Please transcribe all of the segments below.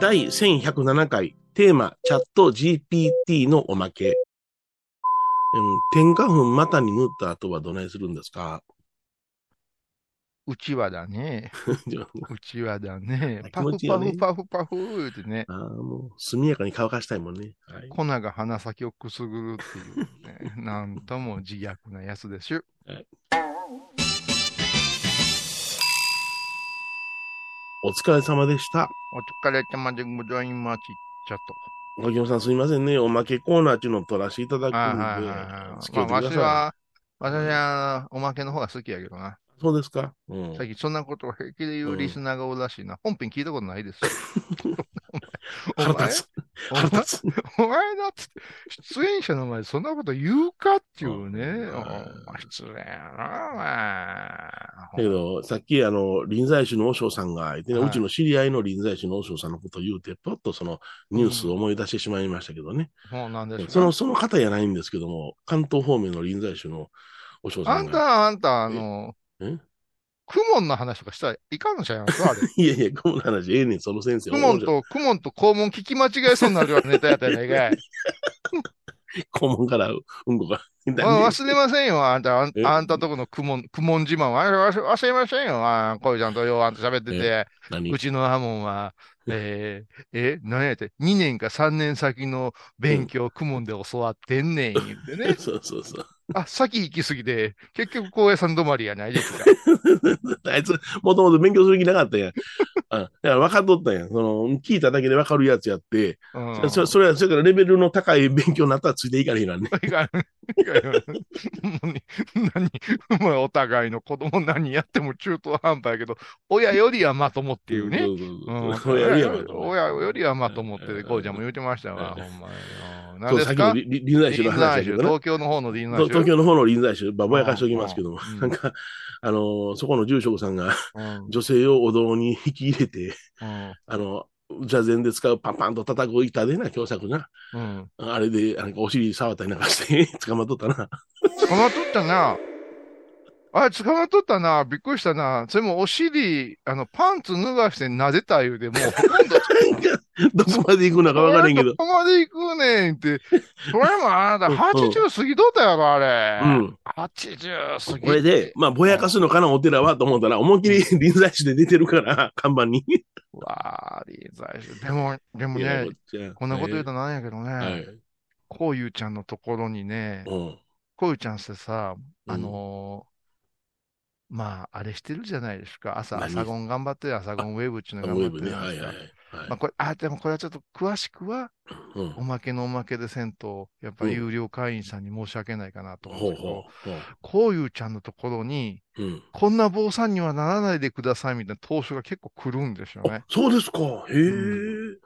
第1107回テーマチャット GPT のおまけ。うん、天下粉股に塗った後はどないするんですか うちわだね。うちわだね。 気パ持フちいいよパねフパフパフーって ね。ああ、もう速やかに乾かしたいもんね。はい。粉が鼻先をくすぐるっていう、 ね、なんとも自虐なやつでしゅ。お疲れ様でした。お疲れ様でございます。ちょっと。おぎょさんすいませんね。おまけコーナーっていうのを取らせていただくんで。あはいはいはい付き合まあ、ってくわださしい。は、私はおまけの方が好きやけどな。そうですか。うん。最近そんなことを平気で言うリスナーがおるらしいな。本編聞いたことないですよ。お前 腹立つ。お腹前立つ。お前だっつって、出演者の前でそんなこと言うかっていうね。うんお前失礼やな、だおけ前。ど、さっき、あの、臨済宗の和尚さんがいてね、はいうちの知り合いの臨済宗の和尚さんのことを言うて、ぽっとそのニュースを思い出してしまいましたけどね。もうなんですかその、その方じゃないんですけども、関東方面の臨済宗の和尚さあんんが。た、あんた、あのえ、クモンの話とかしたらいかんのちゃいますかあれ。 いやいや、この話、ええねん、その先生。クモン面白い。と、クモンと肛門聞き間違えそうになるようなネタやったやない かい。顧問からうんこが。わ忘れませんよ、あんた、あんえあんたとこのクモン、クモン自慢は。わし忘れませんよ、あんこうちゃんとようあんと喋ってて、何。うちのハモンは、えー、え、何やって、2年か3年先の勉強、クモンで教わってんねん、言ってね そうそうそう。あ、先行き過ぎて、結局、高野山止まりやないですか。あいつ、もともと勉強する気なかったやん。あだから分かっとったやん。その、聞いただけで分かるやつやって、う んそそれは、それからレベルの高い勉強になったらついていかれへんからね。いかんいかんよもう何、お前お互いの子供何やっても中途半端やけど、親よりはまともっていうんそね。ううそうんそう。やるやん。親よりはまともって、こうちゃんも言うてましたわ、うほんんまに。うんそ何う、でさっすきのかりり臨済宗の話だけ臨済宗どね。東京の方の臨そう済東宗京の方の臨済宗、ばぼやかしておきますけどもうんう、んなんか、あのー、そこの住職さんがうん女性をお堂に引き入れて、 うんあの、座禅で使うパンパンと叩く板でな、教作な。うんあれで、なんかお尻触ったりなんかして、 捕まっとったな。捕まっとったな。あれ、捕まっとったな。びっくりしたな。それもお尻、あの、パンツ脱がして撫でたいうで、も うほとんどどこまで行くのか分からへんけどど。こまで行くねんって。それもあなた、うん80過ぎとったやろ、あれ。うん。 80過ぎ。これで、まあ、ぼやかすのかな、お寺はと思ったら、思いっきり臨済宗で出てるから、 看板に。うわあ、リーザイでも、でもいやねこっ、ちはこんなこと言うとはなんやけどいはね、い。こういうちゃんのところにね、うん。こういうちゃんってさ、うんあのー、まあ、あれしてるじゃないですか。朝、何朝ゴン頑張ってる、朝ゴンウェブっちゅうウの頑張ェっブてるね。じゃないはでいすはいはかい。。まあ、これ、あ、でもこれはちょっと詳しくは、うんおまけのおまけでせんと、やっぱ有料会員さんに申し訳ないかなと思うんほうですけど、ほうほこういうちゃんのところに、う。うん。こんな坊さんにはならないでくださいみたいな投書が結構来るんですよね。そうですか。へえ。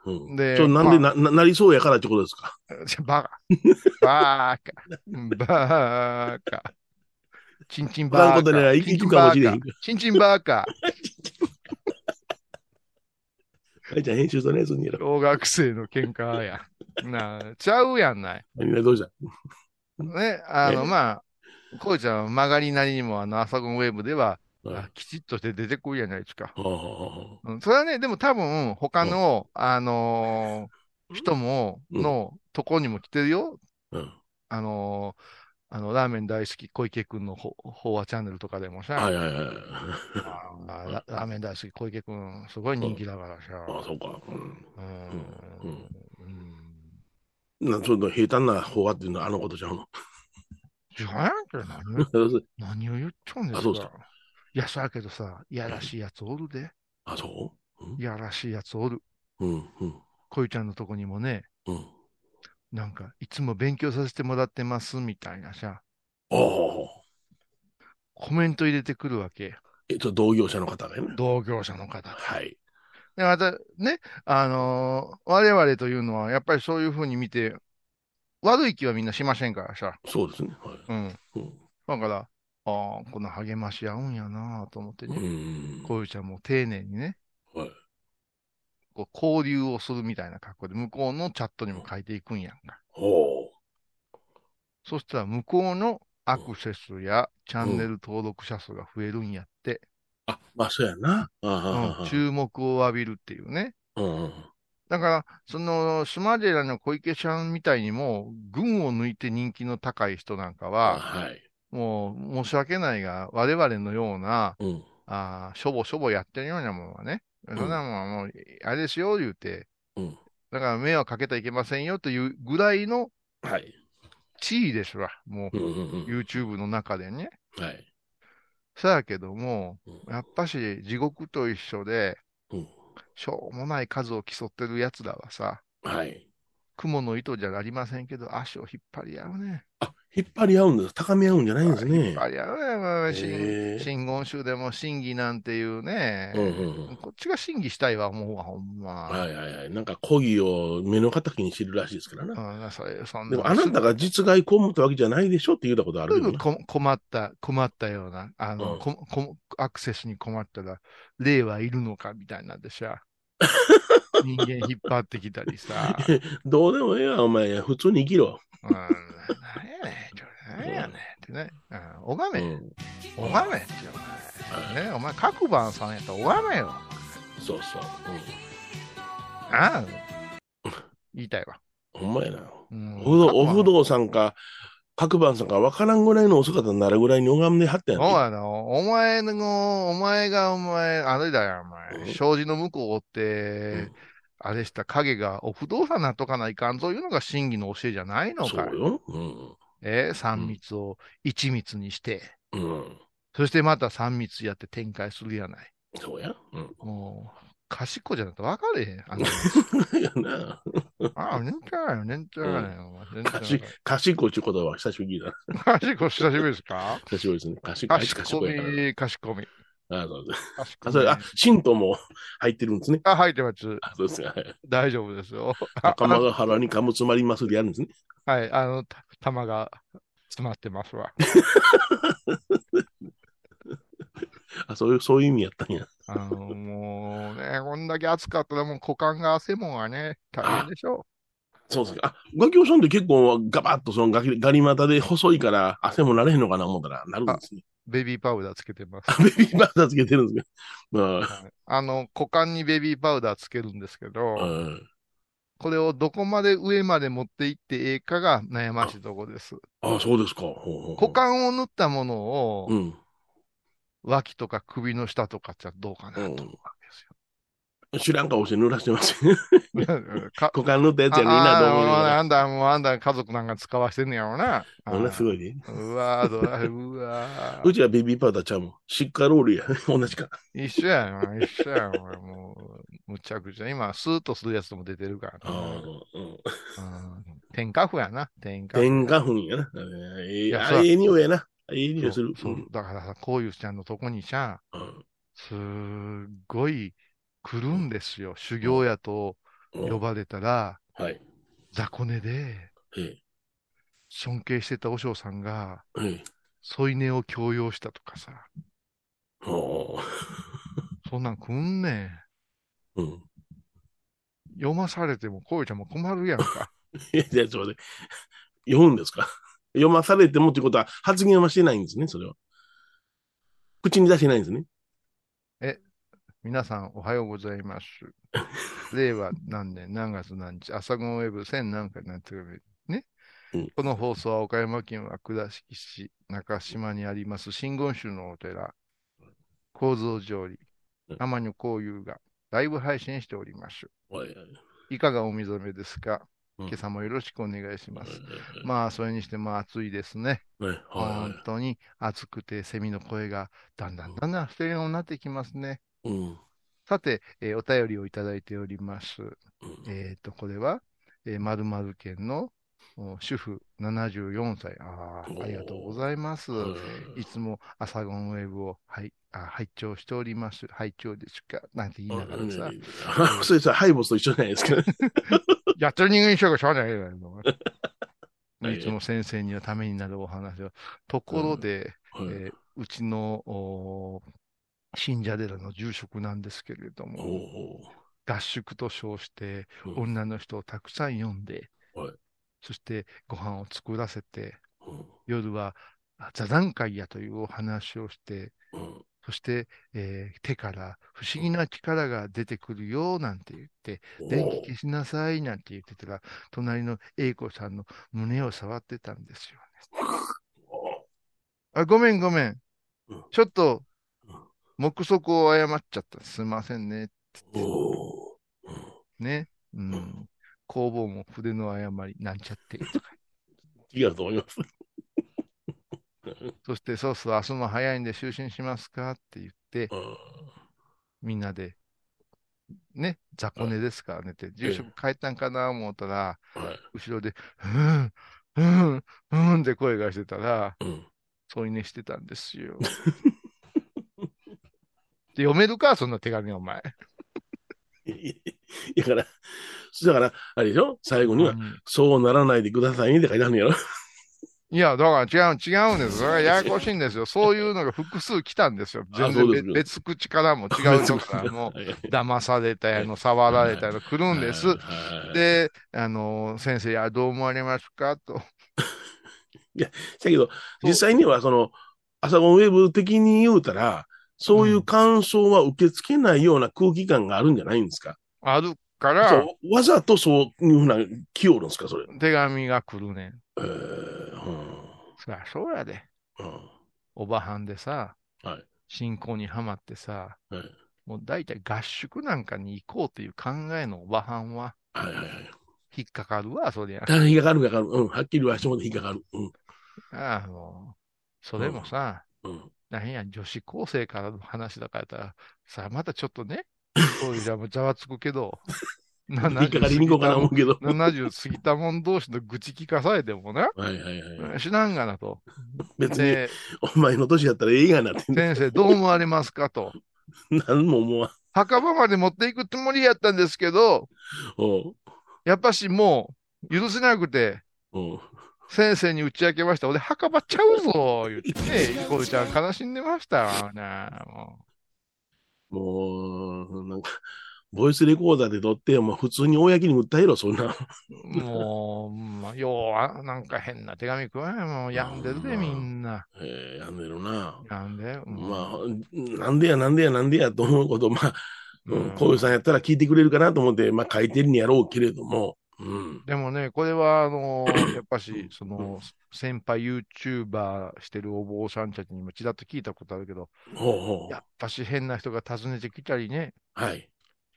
うんでそれなんでな、ななりそうやからってことですか。 じゃバカ。バーカ。バーカ。チンチンバ他のーことにはカ。行くチンチンかもバしーれカん。チンチンバーカ。あいちゃん編集とね、そんにやろ。小学生の喧嘩や。なあ、ちゃうやんない。何がどうしたね、あの、えまあ、こうちゃんは曲がりなりにも、あの、アサゴンウェーブでは、うんあきちっとして出てくるやないですか。ほうほうほうほうん、それはね、でも多分、他の、あのー人も、うんのとこにも来てるよ。ううん。あのーあの、ラーメン大好き小池くんのほ、ほわチャンネルとかでもさ、はいはいはい。あーララーメン大好き小池くん、すごい人気だかあらあ、さ、そうか。うんうーうんん、うん、なちょっと平坦な方がっていうのはあのことちゃうの。 違うやんけ、何を、何を言っちゃうんであすそうですか。いや、そやけどさ、いやらしいやつおるで、あ、そいやらしいやつおる。ううん、うん、小池ちゃんのとこにもね、うん。なんか、いつも勉強させてもらってますみたいなさ、ああ。コメント入れてくるわけ。えっと、同業者の方がね。同業者の方が。はい。で、またね、あのー我々というのは、やっぱりそういうふうに見て、悪い気はみんなしませんからさ。そうですね。はい。うん。うんだから、ああー、この励まし合うんやなぁと思ってうね、ん。こういうちゃんも丁寧にね、はいこう交流をするみたいな格好で、向こうのチャットにも書いていくんやんか。ほそしたら、向こうのアクセスやチャンネル登録者数が増えるんやって、あ、まあ、そうやな。あうんあ、あ注目を浴びるっていうね。あうんうん。だから、その、スマジェラの小池ちゃんみたいにも、群を抜いて人気の高い人なんかは、はい。もう、申し訳ないが、我々のような、うん。あーしょぼしょぼやってるようなもんはね、そんなもんはもう、あれですよ、言うて、うんだから迷惑かけてはいけませんよというぐらいのはい。地位ですわ、もうんうんう、うん。 YouTube の中でね。はい。そやけどもうん、やっぱし地獄と一緒で、うん。しょうもない数を競ってるやつらはさ、はい。雲の糸じゃありませんけど、足を引っ張り合うね。あ、引っ張り合うんです。高め合うんじゃないんです引っね。張り合うねまあ。真へえ真言宗でも真偽なんていうね。うんうんうん。こっちが真偽したいわ、思うわ、ほんま。はいはいはい。なんか、コギを目の敵にしてるらしいですからな。うん、それそんでも、あなたが実害被ったわけじゃないでしょって言ったことあるすけどぐな。こ困った、困ったような、あの、うんここアクセスに困ったら、霊はいるのかみたいなん でさ、人間引っ張ってきたりさ、どうでもええわ、お前。普通に生きろ。うん、なんやねん、ちょなんやねんってね、うん、拝うめ、ん。拝めってよ、お前ね、お前、各番さんやったら拝めよ、そうそう。ああ、言いたいわ。うん。ほんまやな。うんお不動お不動産か、各番さんか分からんぐらいのお姿になるぐらいに拝んではったやん。そうやな。お前の、お前がお前、あれだよ、おうん前。障子の向こうを追って、うんあれした影がお不動産なっとかないかんぞいうのが真偽の教えじゃないのかそ。いうよ。うん。えー三密を一密にして、うん。そしてまた三密やって展開するやない。そうや。うん。 もう、賢いじゃなくて分かれへん。あのいやな。あ、年長やよ、年長やよ。お前年長や賢い賢いちゅうことは久しぶりだ。賢い、久しぶりですか久しぶりですね。賢い。あいつ賢賢いから。み、賢み。あそうですあ、そ賢れ、みあ、神道も入ってるんですね。あ、入ってます。あそうですか。はい大丈夫ですよ。 袴が腹にかむつまりますでやるんですね。はい、あの、た玉が詰まってますわ。あ、そういう、そういう意味やったんや。あの、もうね、こんだけ暑かったらもう股間が汗もんはね、大変でしょそうですか。あ、ガキオさんって結構ガバッとそのガキ、ガリ股で細いから汗もなれへんのかな思ったら、なるんですね。う。ベビーパウダーつけ てます。ベビーバーダーつけてるんですけど。まあ、はいあの、股間にベビーパウダーつけるんですけど、うんこれをどこまで上まで持っていってええかが悩ましいとこです。あ、そうですか。ほうほうほう股間を縫ったものをうん。脇とか首の下とかじゃどうかなと思うわ知らん顔して濡らしてます。 股けですよ。 か間塗ったやつやみんなどう思うああもうよあんだ、もうあんだ家族なんか使わしてんねやろな。あほんなすごいね。うわーどら、うわーうちはベビーパウダーちゃうもん。シッカロールや。 同じか。一緒やな、一緒やな、俺もう、むちゃくちゃ。今、スーッとするやつも出てるからあな。あうんうん天下布やな、天下天花粉やな。えいえやあそうええ匂いやな。ええ匂いする。そううそうんだからさ、こういうちゃんのとこにさ、うんすっごい来るんですよ。修行やとうん呼ばれたら、はい。雑魚寝で、ええ尊敬してた和尚さんが、ええ添い寝を強要したとかさ、ほそんなん来んねん。ううん。 読まされても、こういうちゃんも困るやんか。 いや、じゃあ、それ、読むんですか 読まされてもってことは、発言はしてないんですね、それは。口に出してないんですね。皆さんおはようございます。令和何年何月何日、朝ゴンウェブ1000何回なんていうねうん。この放送は岡山県は倉敷市中島にあります真言宗のお寺、構造上理うん、天女幸雄がライブ配信しております。はいいかがお目覚めですかうん今朝もよろしくお願いしまはいす。まあ、それにしても暑いですね。はいは本当に暑くて、セミの声がだんだんだんだん不定ようになってきますね。い。うん。さて、えーお便りをいただいております。うんえっ、と、これは、えー、〇〇県のお主婦74歳。あおあ、ーありがとうございます。いつも朝ゴンウェブを、はい、あ拝聴しております。拝聴ですかなんて言いながらさ。あそれさ、ハイボスと一緒じゃないですか。やっと人間にしようかしょうがないよ もうはいいつも先生にはためになるお話を。ところで、はいえーうちのお信者寺の住職なんですけれどおも、お合宿と称して、うん女の人をたくさん呼んで、はいそしてご飯を作らせて、うん夜は座談会やというお話をして、うんそして、えー手から不思議な力が出てくるよなんて言って、電気消しなさいなんて言ってたら、隣の英子さんの胸を触ってたんですよね。あ、ごめんごめんうん。ちょっとうん、目測を誤っちゃった。すいませんね。おおーうんね。ううんん。工房も筆の誤り、なんちゃ って。違うと思います。そして、そうそう、明日も早いんで就寝しますかって言って、うんみんなで、ね、雑魚寝ですからねって、住職帰ったんかな思ったら、はい後ろで、うん、うん、うんって声がしてたら、うん添い寝してたんで すよ。で読めるか、そんな手紙、お前。いやだから、だから、あれでしょ最後には、うんそうならないでくださいねって書いてあるんやろ。いや、だから違う、違うんです。それがややこしい んですよ。そういうのが複数来たんですよ。全そう然です別別口からも 違うとこからも、はいはい騙されたやの、触られたやの、来るんです。はいで、あの、先生、いや、どう思われますかと。だけど、実際には、その、アサゴンウェブ的に言うたら、そういう感想は受け付けないような空気感があるんじゃないんですか、あるから、そうわざとそういうふうな気をるんですかそれ。手紙が来るねん。えーうんそりゃそうやで。うんおばはんでさ、はい信仰にはまってさ、はいもう大体合宿なんかに行こうという考えのおばはんは、はいはいはい。引っかかるわ、そりゃ。だから引っかかる、引っかかる。うん。はっきり言わしてもらって引っかかる。うん。ああ、もう、それもさ、うん。なんや、女子高生からの話だからやったら、さ、またちょっ とね、そういうじゃもうざわつくけど、引っかかりに行こうかな思うけど。 70過ぎたもん同士の愚痴聞かされてもな、はいはいはい。知らんがなと。別に、で、お前の年やったら映画になってんね先生、どう思われますかと。何も思わん。墓場まで持っていくつもりやったんですけど、おうやっぱしもう許せなくて、おう先生に打ち明けました。俺、墓場ちゃうぞ言ってね、イコルちゃん悲しんでましたわな。ももう、なんか、ボイスレコーダーで撮って、もう普通に公に訴えろ、そん な。う、もう、まあ、ようあ、なんか変な手紙食わんやもう病んでるで、みんな。えー、やんでるな。病んでる。うんまあ、なんでや、なんでや、なんでやと思うこと、まあ、ううんん、こういうさんやったら聞いてくれるかなと思って、まあ、書いてるんやろうけれども、うん。でもね、これは、あの ーやっぱし、その、先輩 YouTuber してるお坊さんたちにもちらっと聞いたことあるけど、ほうほうや。っぱし変な人が訪ねてきたりね、はい。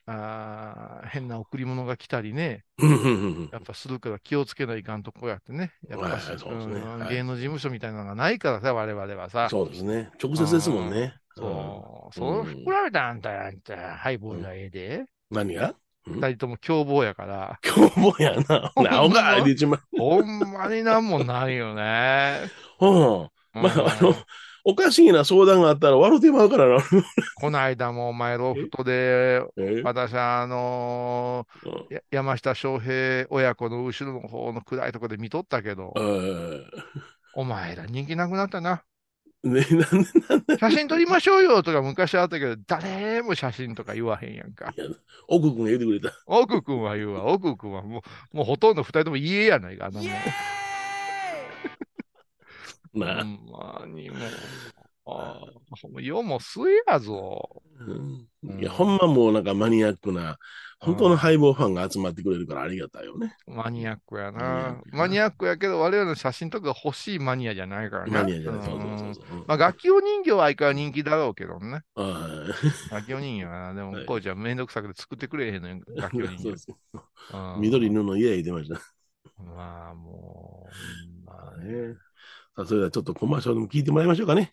あー変な贈り物が来たりね、うんうんうんやっぱするから気をつけないかんとこやってね、やっぱはし、いはいそうですねうんはい芸能事務所みたいなのがないからさ、我々はさ、そうですね。直接ですもんね。うんそう、そううん振られたあんた、あんた、ハイボールはええで、何がうん二人とも凶暴やから、凶暴や な。ほんまなおが出ちまう。ほんまになんもないよね。うん。うん まあ、あの、おかしいな相談があったら笑うてまうからな。 こないだもお前ロフトで、えー私はあのうんーや山下翔平親子の後ろの方の暗いとこで見とったけどえ、ーお前ら人気なくなったな。ね、なんでなんで写真撮りましょうよとか昔あったけど、誰も写真とか言わへんやんか。奥君が言ってくれた。奥君は言うわ、奥君はもう、もうほとんど二人とも家やないか、あんなもんなほあ、んまにもう。ああ、もう世も末やぞ。うんうんいや、ほんまもうなんかマニアックな、本当のハイボーファンが集まってくれるからありがたいよね。マニアックやマニアッなク。やなマニアックやけど、我々の写真とか欲しいマニアじゃないからね。マニアじゃない。そううんそうそうそう。まあ、楽器お人形は相変わらず人気だろうけどね。あ楽器お人形はな。でもは、いこうちゃんめんどくさくて作ってくれへんのよ、 楽器お人そう形。そううん緑犬の家へ出ました。まあ、もう、まあね。ねさあそれではちょっとコマーシャルでも聞いてもらいましょうかね。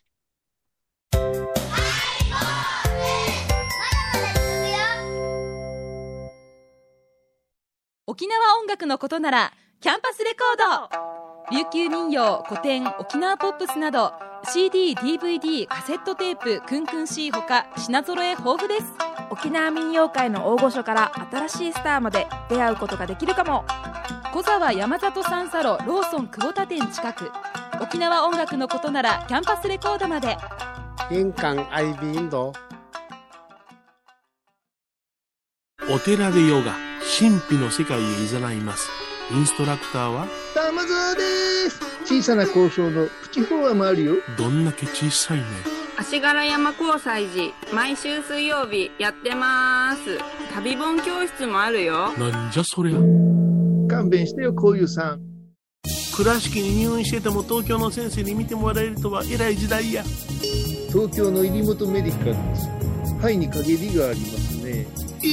沖縄音楽のことならキャンパスレコード琉球民謡古典沖縄ポップスなど CDDVD カセットテープクンクン C ほか品揃え豊富です沖縄民謡界の大御所から新しいスターまで出会うことができるかも小沢山里三佐路ローソン久保田店近く沖縄音楽のことならキャンパスレコードまで玄関アイビーインドお寺でヨガ神秘の世界へいざないますインストラクターは玉沢です小さな交渉のプチフロアもあるよ。どんだけ小さいね足柄山交際時毎週水曜日やってます旅本教室もあるよなんじゃそりゃ勘弁してよ、こういうさん。倉敷に入院してても東京の先生に見てもらえるとは偉い時代や東京の入元メディカルです。肺に陰りがありますね。え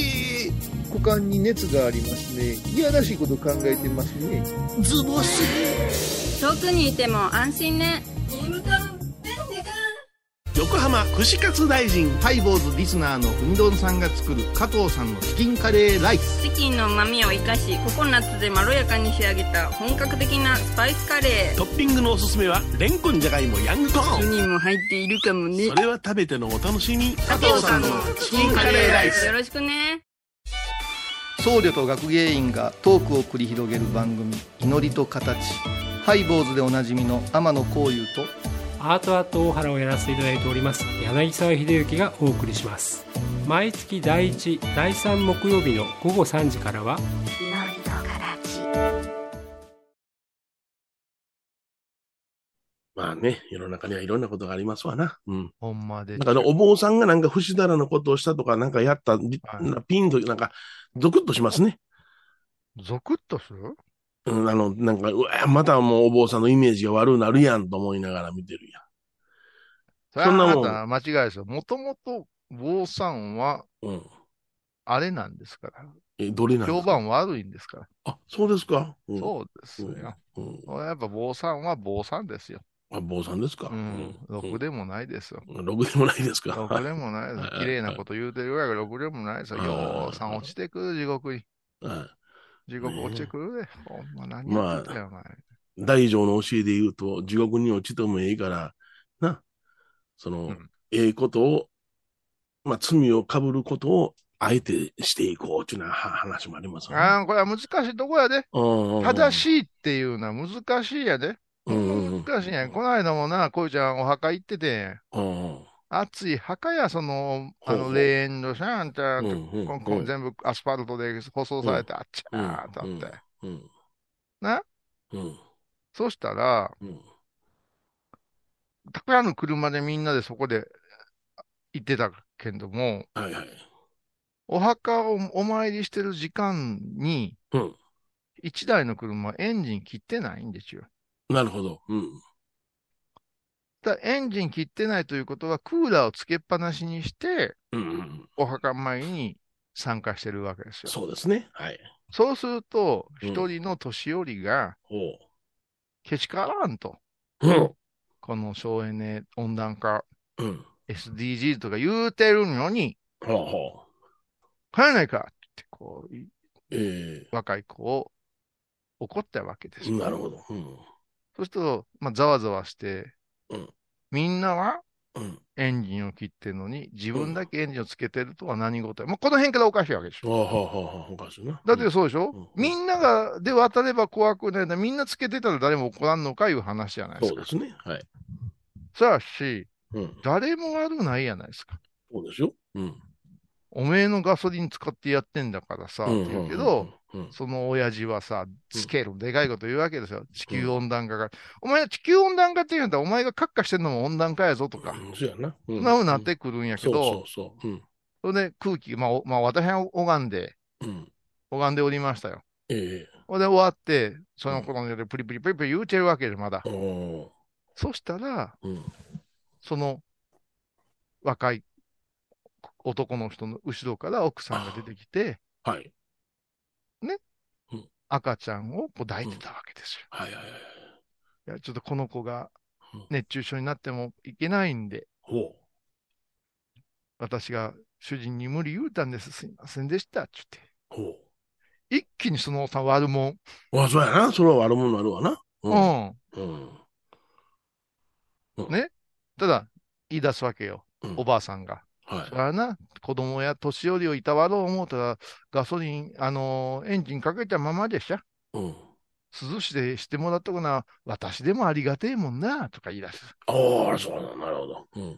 え股間に熱がありますね。いやらしいこと考えてますね。ズボス遠くにいても安心ね横浜串カツ大臣ハイボーズリスナーのうんどんさんが作る加藤さんのチキンカレーライスチキンの旨味を生かしココナッツでまろやかに仕上げた本格的なスパイスカレトッピングのおすすめはレンコンじゃがいもヤングコーーン4人も入っているかもねそれは食べてのお楽しみ加藤さんのチキンカレーライスよろしくね僧侶と学芸員がトークを繰り広げる番組「祈りと形」ハイボーズでおなじみの天野幸雄とアートアート大原をやらせていただいております柳沢秀幸がお送りします毎月第1第3木曜日の午後3時からはまあね、世の中にはいろんなことがありますわな。うん。ほんまでなん。かね、お坊さんがなんか不死だらのことをしたとか、なんかやった、りはピンと、なんか、ゾクッとしますね。ゾクッとするうん、あの、なんか、うわまたもうお坊さんのイメージが悪くなるやんと思いながら見てるやん。それはそんなもんあなた間違いですよ。もともと、坊さんは、うん。あれなんですから。え、どれなんで評すか判悪いんですから。あ、そうですか。うん、そうですよ。うん。うんやっぱ坊さんは坊さんですよ。あ、坊さんですか。うん。ろくでもないですよ。うんろくでもないですか。ろくでもないですはいは。い綺麗なこと言うてるぐらいがろくでもないですよ。はいようさん落ちてくる、地獄に。 はい地獄落ちてくるで。ほんま何まあやってんだよ、お前。大乗の教えで言うと、地獄に落ちてもええから、な、その、うんええことを、まあ、罪をかぶることを、あえてしていこうっていうようなは話もありますよね。ああ、これは難しいとこやで。うんうんうん正しいっていうのは難しいやで。うんうんうん難しいやん。この間もな、こいちゃんお墓行っててん。うんうん暑い墓や、その、あほうほの、う霊園のシャンちゃ、うんんうんこんこん全部アスファルトで舗装されて、あっちゃーってあうんって。うんなうんそしたら、うんたくさんの車でみんなでそこで行ってたけども、はいはい。お墓をお参りしてる時間に、うん一台の車、エンジン切ってないんですよ。なるほど。うん。だからエンジン切ってないということは、クーラーをつけっぱなしにして、うんうん、お墓参りに参加してるわけですよ。そうですね。はい。そうすると、うん一人の年寄りが、ほう。けしからんと、うん。この省エネ温暖化、うん。 SDGs とか言うてるのに、ほうほう。帰らないかって、こう、え若い子を怒ったわけでえすよ。なるほど。うん。そうすると、まあ、ざわざわして、うんみんなはうん。エンジンを切ってるのに、自分だけエンジンをつけてるとは何事や。もうこの辺からおかしいわけでしほょ。うほうほうほう。おかしいな。だってそうでしょ、うんみんながで渡れば怖くないんだ。みんなつけてたら誰も怒らんのかいう話じゃないでそすうかで。すね。はい。さあし、うん。誰も悪ないやないですか。そうでしょうん。おめえのガソリン使ってやってんだからさ、って言うけど、うん、うんその親父はさ、つける、でかいこと言うわけですよ。地球温暖化が。お前、地球温暖化って言うんだったら、お前がカッカしてんのも温暖化やぞとか、うんそうやな。うそんんなふうになってくるんやけそど、うそうそう。うん。それで空気、まあ、おまあ、私は拝んで、うん。拝んでおりましたよ。えほんで終わって、その頃によってプリプリプリプリ言うてるわけで、まだえ。おそしたら、ーうん。その若い男の人の後ろから奥さんが出てきて、はい。赤ちゃんをこう抱いてたわけですよ。はいはいはいはい。いや、ちょっとこの子がうん熱中症になってもいけないんで、ほう。私が主人に無理言うたんです。すいませんでした。ってほ言って。一気にそのおっさん悪もん。う。あ、そうやな。それは悪者になるわな。うん。うん。ただ、言い出すわけよ。うん。おばあさんが。はいそ。らな、子供や年寄りをいたわろう思うたら、ガソリン、あのーエンジンかけたままでしょ。うん。涼しでしてもらったこな、私でもありがてえもんな、とか言い出す。ああ、そうだ、なるほど。うん。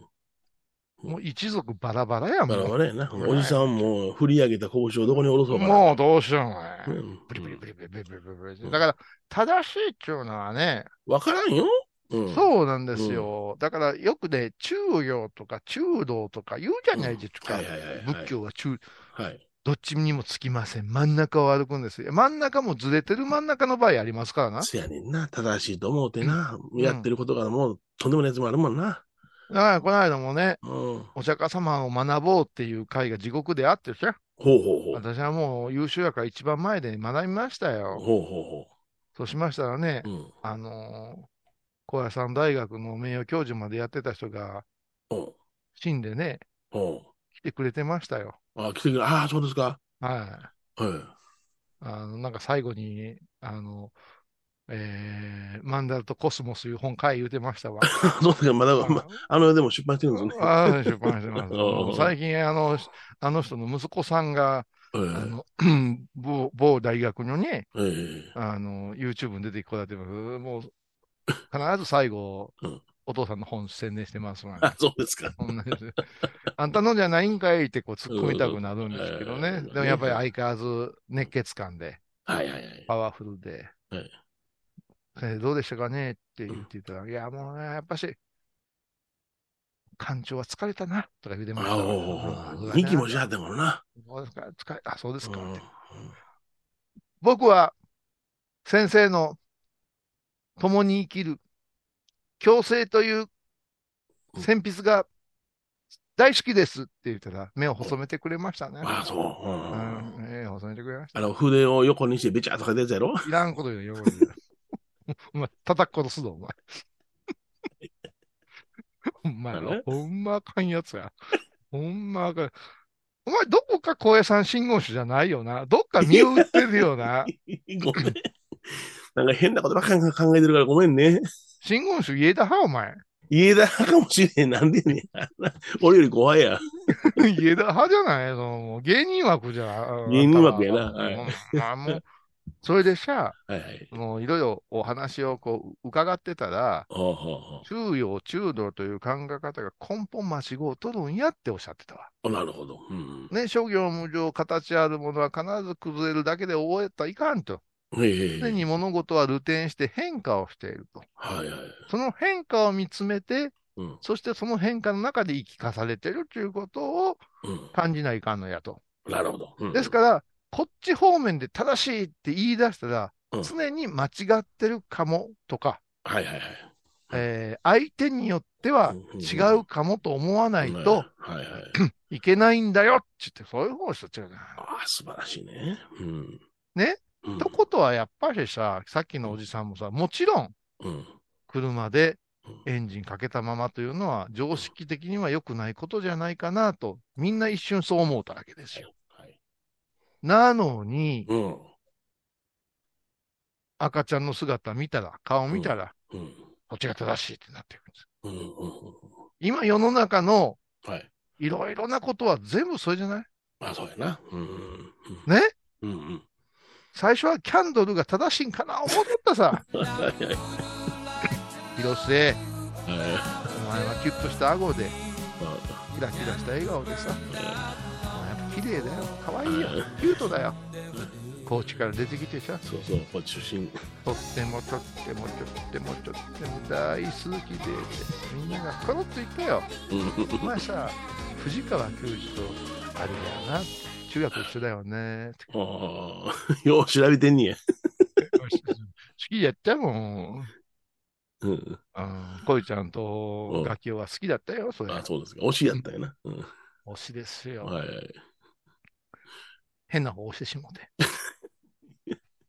もう一族バラバラやもバラん。バラやな。おじさんも振り上げた拳をどこに下ろそうかな。もうどうしようもなうい。んブリブリブリブリブリブリブリうんだから、正しいっていうのはね、わからんよ。うん。そうなんですよ。だから、よくね、中行とか中道とか言うじゃないですかうんはいはいはいはい。仏教は中、はい。どっちにもつきません。真ん中を歩くんですよ。真ん中もずれてる真ん中の場合ありますからな。せやねんな。正しいと思うてな。んやってることがもうとんでもないやつもあるもんな。だから、この間もね、うん。ほうお釈迦様を学ぼうっていう会が地獄であってさ、ほうほう。私はもう優秀やから一番前で学びましたほうよ。ほうそうしましたらねほ、う。うん。あのー高野山大学の名誉教授までやってた人がほう死んでね、ほ来てくれてましたよ。う。あ、来てくれ。ああ、そうですか。はい。はい。あの、なんか最後に、あの、えー、マンダルとコスモスいう本書い言うてま したわ。そうですか。まだ、まあの世でも出版してるのね。ああ、出版してます。おう最近、あの、あの人の息子さんが、あはの、 某某大学のね、い。ええ。あの、YouTube に出てこられてます。もう、必ず最後うん、お父さんの本宣伝してますわ、あ、そうですか。そんなですあんたのじゃないんかいってこう突っ込みたくなるんですけどね。うんでもやっぱり相変わらず熱血感で。はいはいはい。パワフルで、はいえーどうでしたかねって言ってたら、いや、もうね、やっぱし、館長は疲れたな、とか言うてましたあわ。あ、うんミキもじゃあでもんな。そうですか疲れあ、そうですか、うん僕は、先生の、共に生きる、共生という、鉛筆が、大好きですって言ったら、目を細めてくれましたね。ああ、そうううん。ん、目を細めてくれましたあの、筆を横にしてべちゃーとか出たやろ いらんこと言うよ、汚れてるお前、叩く殺すぞ、お前。ほんまやあろれ。ほんまあかんやつや。ほんまあかん。お前、どこか高野山信号種じゃないよな。どっか見打ってる よな。 ごめん。なんか変なことばっかり考えてるからごめんね。信号種家だ派、お前。家だかもしれん。なんでやねん。俺より怖いや。 家だ派じゃないそのもう芸人枠じゃ。 芸人枠やなあんたはいはまあもう、それでさ、はいはい。もういろいろお話をこう伺ってたら、ほうほうほ中庸、中道という考え方が根本間違うとるんやっておっしゃってたわ。う。なるほど。うん。ね、諸行無常、形あるものは必ず崩れるだけで覚えたらいかんと。ええ常に物事は流転して変化をしていると。はいはい。その変化を見つめて、うん。そしてその変化の中で生きかされているということをうん。感じないかんのやと。なるほど。うんですから、こっち方面で正しいって言い出したら、うん常に間違ってるかもとか、はいはいはい。えー相手によっては違うかもと思わないうとん。はいはい。いけないんだよって言って、そういう方をしちゃうな。ああ、素晴らしいね。うん。ねうん。ってことはやっぱりさ、さっきのおじさんもさ、もちろんうん。車でエンジンかけたままというのは常識的には良くないことじゃないかなと、みんな一瞬そう思うたわけですよ。はい。なのに、うん。赤ちゃんの姿見たら、顔見たら、うん。こっちが正しいってなってくるんです。うん。うん。うん今世の中のはい。いろいろなことは全部それじゃないまあ、そうやな。うん。うんねうん。うん。最初はキャンドルが正しいんかな思ったさ。はいはい。広末、はいお前はキュッとした顎で、あキラキラした笑顔でさ、えーもうやっぱ綺麗だよ、可愛いよ、キュートだよ。高知から出てきてさ、そうそう、こっち出身。とってもとってもとってもとっても大好きで、みんながコロッと言ったよ。うんお前さ、藤川球児とあれだよな、中学一緒だよね。ああ、よう調べてんねや。好きやったもん。うん。うん、恋ちゃんと楽器は好きだったよ、それあ。そうですか。推しやったよな。うん。推しですよ。はいはい。変な方押してしもう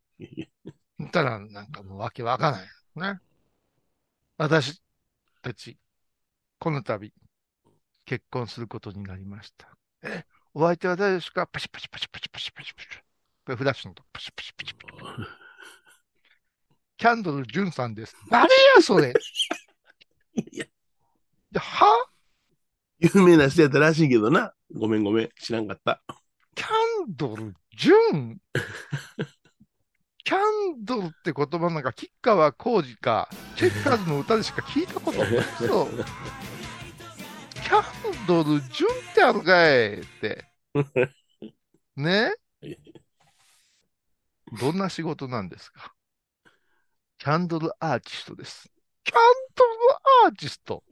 て。たら、なんかもうわけわかんない。ね。私たち、この度、結婚することになりました。え、お相手は誰ですかパシパシパシパシパシパシパシ。これフラッシュのとこパシパシパシパシ。キャンドル・ジュンさんです。誰や、それ。 いやでは有名な人やったらしいけどな。ごめんごめん。知らんかった。キャンドル、ジュン。キャンドルって言葉なんか、吉川浩司か、チェッカーズの歌でしか聞いたことない。そう。キキャンドル順ってあるかいって。ねどんな仕事なんですかキャンドルアーティストです。キャンドルアーティスト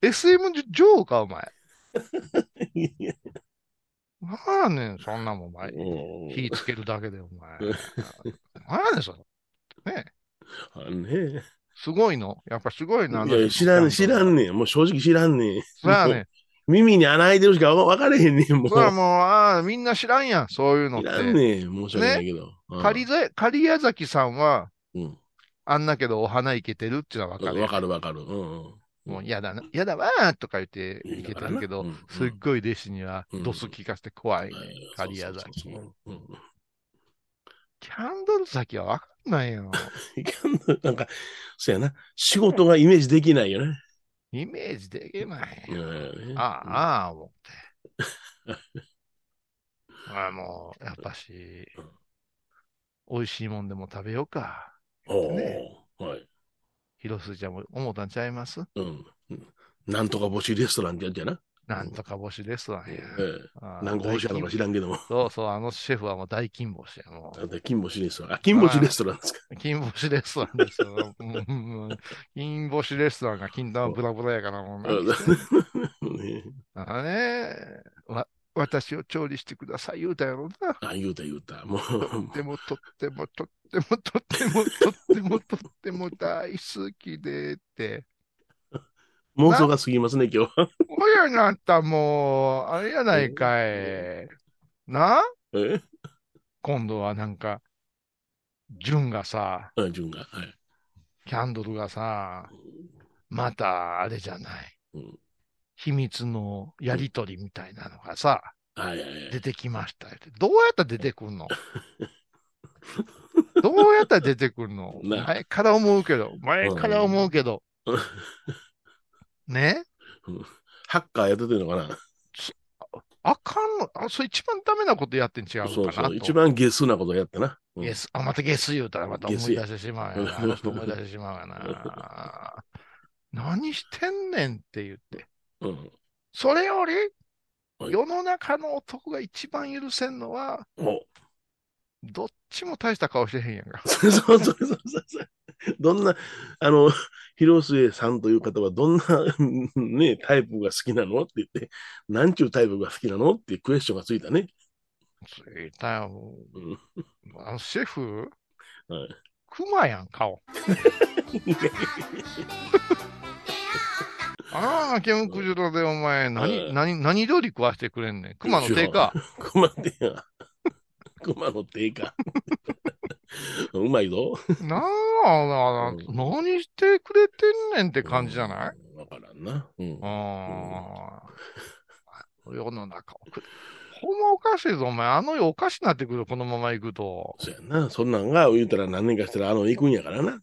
?SM 女王か、お前。なんやねん、そんなもん、お前。うん火つけるだけで、お前うん。なんやねん、それ。ねあねすごいのやっぱすごいな。いや、知らん、知らんねねん。もう正直知らんねん。そらね、耳に穴開いてるしか分かれへんねん、もう。そらもう、ああ、みんな知らんやん、そういうのっ知らてん。ねん。申し訳ないけど。うん仮ぜ、仮矢崎さんは、うん。あんなけどお花いけてるっていうのはわかる。分かる分かる。うんうん。もう嫌だな、嫌だわーとか言っていけてるけど、うんすっごい弟子にはドス聞かせて怖いね。そう仮そ矢うそう崎。うんうんキャンドル先はわかんないよ。いかんのなんか、そうやな。仕事がイメージできないよね。イメージできない。うんああ、ああ、 思って。ああ、もう、やっぱし、美味しいもんでも食べようか。おーねはい。広末ちゃんも思ったんちゃいますうん。なんとか星レストランってやつやな。なんとか星レストランや。えあえあ何個星やのか知らんけども。そうそう、あのシェフはもう大金星や。もうだって金星レストラン。あ、金星レストランですか。金星レストランですよ。うん 金星レストランが禁断ブラブラやからもうな。うん ねあねわ、私を調理してください言うたやろな。あ、言うた言うた。 もとってもとってもとってもとってもとってもとっても大好きでって。う、妄想が過ぎますね、今日は。 おやなったもう、あれやないかい。なえ今度はなんか、純がさ、あ、順が。はい。キャンドルがさ、またあれじゃない。うん秘密のやりとりみたいなのがさ、はいはいはい出てきましたよって。どうやったら出てくんの どうやったら出てくんのな前から思うけど、前から思うけどうん。ねハッカーやっててるのかあかんのあ、それ一番ダメなことやってん違うなのそうかなそう。と一番ゲスなことやってな。うんゲス、あ、またゲス言うたらまた思い出してしまうよゲな。スあやの人思い出してしまうよな。何してんねんって言って。うん。それより、はい世の中の男が一番許せんのは、おどっちも大した顔してへんやんか。そうそうそうそうそう。どんな、あの、広末さんという方はどんな、うんね、タイプが好きなのって言って、なんちゅうタイプが好きなのっていうクエスチョンがついたね。ついたよ、もうんう。あのシェフ、はいクマやん、顔。ああ、ケムクジラでお前、う何、ん何、何料理食わしてくれんねん。クマの手か。熊手や。熊の手か。うまいぞ。なあ、なあうん何してくれてんねんって感じじゃないうんわからんな。うんう。ーん。世の中おく、ほんまおかしいぞ、お前。あの世おかしになってくる、このまま行くと。そうやな。そんなんが言うたら何年かしたらあの行くんやからな。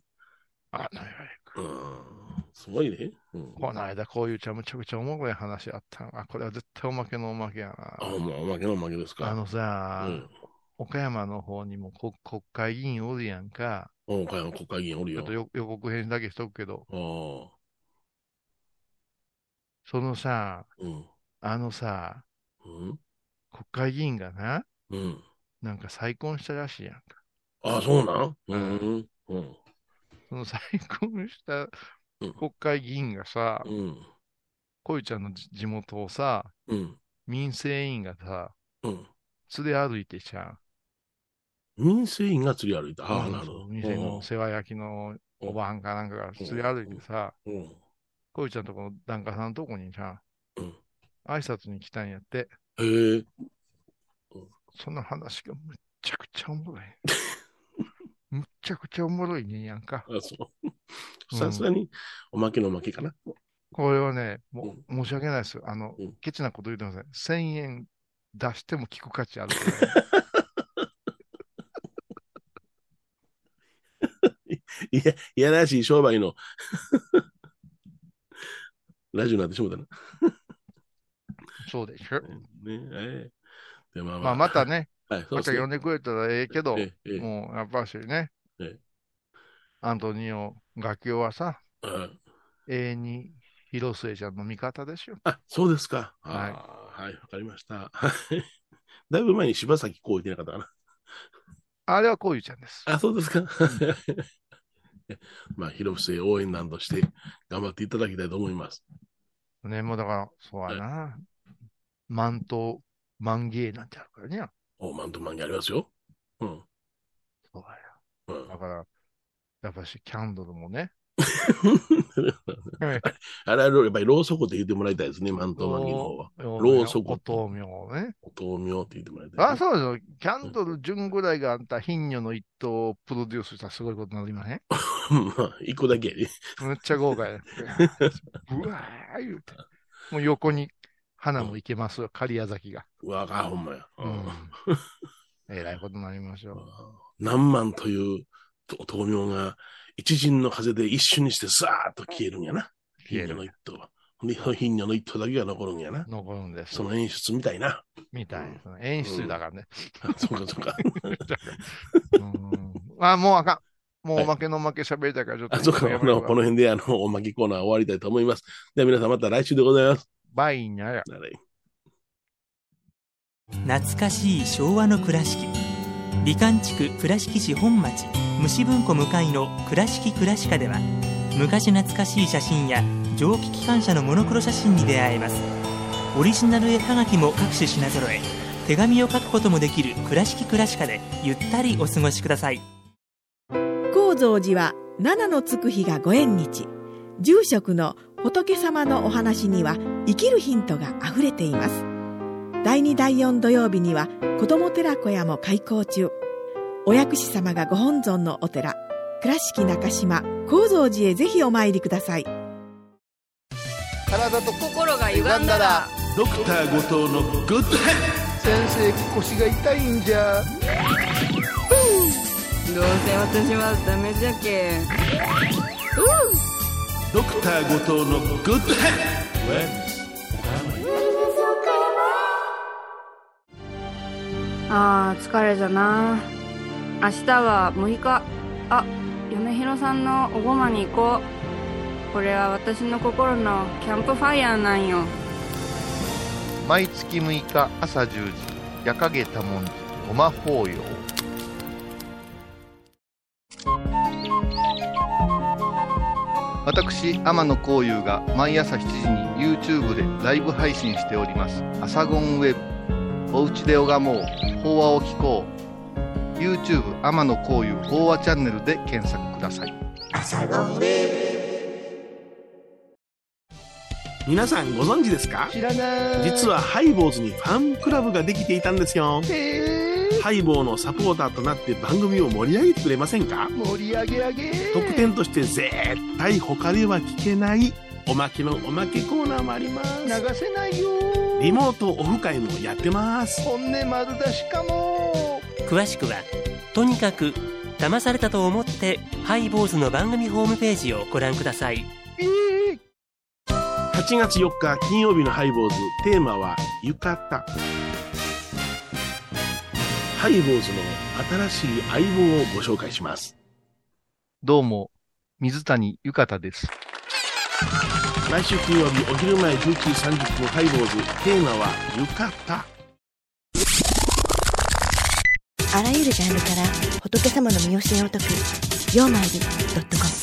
あの世へう行くん。すごいね。うん、この間、こういうちゃむちゃくちゃおもろい話あったな。これは絶対おまけのおまけやあ、な。ほんま、おまけのおまけですか。あのさ、うん。岡山の方にも国国会議員おるやんか。うん岡山国会議員おるちょよ。っとよ予告編だけしとくけど、あそのあ。さ、うん。あのさ、うん。国会議員がな、うん。なんか再婚したらしいやんか。ああ、そうなんうんん。うん。その再婚したうん国会議員がさ、うん。こいちゃんの地地元をさ、うん。民生委員がさ、うん。連れ歩いてちゃ民生委員が釣り歩いた。う。ああ、なるほど。店の世話焼きのうんおばはんかなんかが連れ歩いてさ、うんうん。こいちゃんとこの檀家さんのとこにさうん、挨拶に来たんやって、へえ。その話がむっちゃくちゃおもろい。 むっちゃくちゃおもろいねんやんか。あそう。うんさすがに、おまけのおまけかな。これはね、もう申し訳ないですよ。あのうん、ケチなこと言うてません。1000円出しても聞く価値あるく らい。いや、いやらしい商売の。 ラジオになってしもたな。そうでしょ。ねええ。で、まあまあ、また、ね、はい、 そうまでたすね呼んでくれたらええけど、ええええもうやっぱしねええ、アントニオ・ガキオはさ、うん永遠に広末ちゃんの味方ですよ。あ、そうですか。はいあーはい、わかりました。はいだいぶ前に柴咲コウ言ってなかったかな。あれはこういうちゃんです。あ、そうですか。まあ、広末応援団として頑張っていただきたいと思います。ね、もうだから、そうやな。満頭、満芸なんてあるからね。おマントマンゲありますよ。 うん。そうやうんだから、やっぱし、キャンドルもね。あれはやっぱりろうそくって言ってもらいたいですね、マントマンゲの方は。ろうそくお豆苗ね。お豆苗って言ってもらいたい、あ、そうそう。キャンドル順ぐらいがあんた、貧乳の一頭をプロデュースしたらすごいことになりまへんう。まあ、一個だけやね。めっちゃ豪華 や。うわー言うて。もう横に花もいけますよ、刈谷崎が。うわあ、ほんまや。ううんん。えらいことになりましょう。何万というと豆苗が一陣の風で一瞬にしてさーっと消えるんやな。消える貧乳の一頭は。ほんで、貧乳の一頭だけが残るんやな。残るんですそ。の演出みたい な。みたいな。その演出だからね。あそうかそうか。 うんあ、もうあかん。もうおまけのおまけ喋りたいから、ちょっと。あそうか。あのこの辺であのおまけコーナー終わりたいと思います。では皆さんまた来週でございます。バイにゃや。なら懐かしい昭和の倉敷美観地区倉敷市本町虫文庫向かいの「倉敷倉敷科」では昔懐かしい写真や蒸気機関車のモノクロ写真に出会えますオリジナル絵はがきも各種品揃え手紙を書くこともできる「倉敷倉敷科」でゆったりお過ごしください高蔵寺は七のつく日がご縁日住職の仏様のお話には生きるヒントがあふれています第2第4土曜日には子ども寺小屋も開校中お薬師様がご本尊のお寺倉敷中島・高蔵寺へぜひお参りください体と心が歪んだらドクター後藤のグッドヘ先生、腰が痛いんじゃ。どうせ私はダメじゃけドクター後藤のグッドヘあー疲れじゃな明日は6日あ嫁ひろさんのおごまに行こうこれは私の心のキャンプファイヤーなんよ毎月6日朝10時、夜影多文字、ごま法要。私天野幸雄が毎朝7時に YouTube でライブ配信しております「アサゴンウェブ」「おうちで拝もう法話を聞こう」YouTube 天野幸雄法話チャンネルで検索ください皆さんご存知ですか知らない。実はハイボーズにファンクラブができていたんですよ。へハイボーのサポーターとなって番組を盛り上げてくれませんかー盛り上げ上げ特典として絶対他では聞けないおまけのおまけコーナーもあります。流せないよリモートオフ会もやってます。本音丸出しかも詳しくは「とにかく騙されたと思ってハイボーズの番組ホームページをご覧ください8月4日金曜日のハイボーズテーマは浴衣ハイボーズの新しい相棒をご紹介しますどうも水谷ゆかたです毎週金曜日お昼前11時30分ハイボーズテーマは浴衣あらゆるジャンルから仏様の身教えを解く「曜マイルドットコム」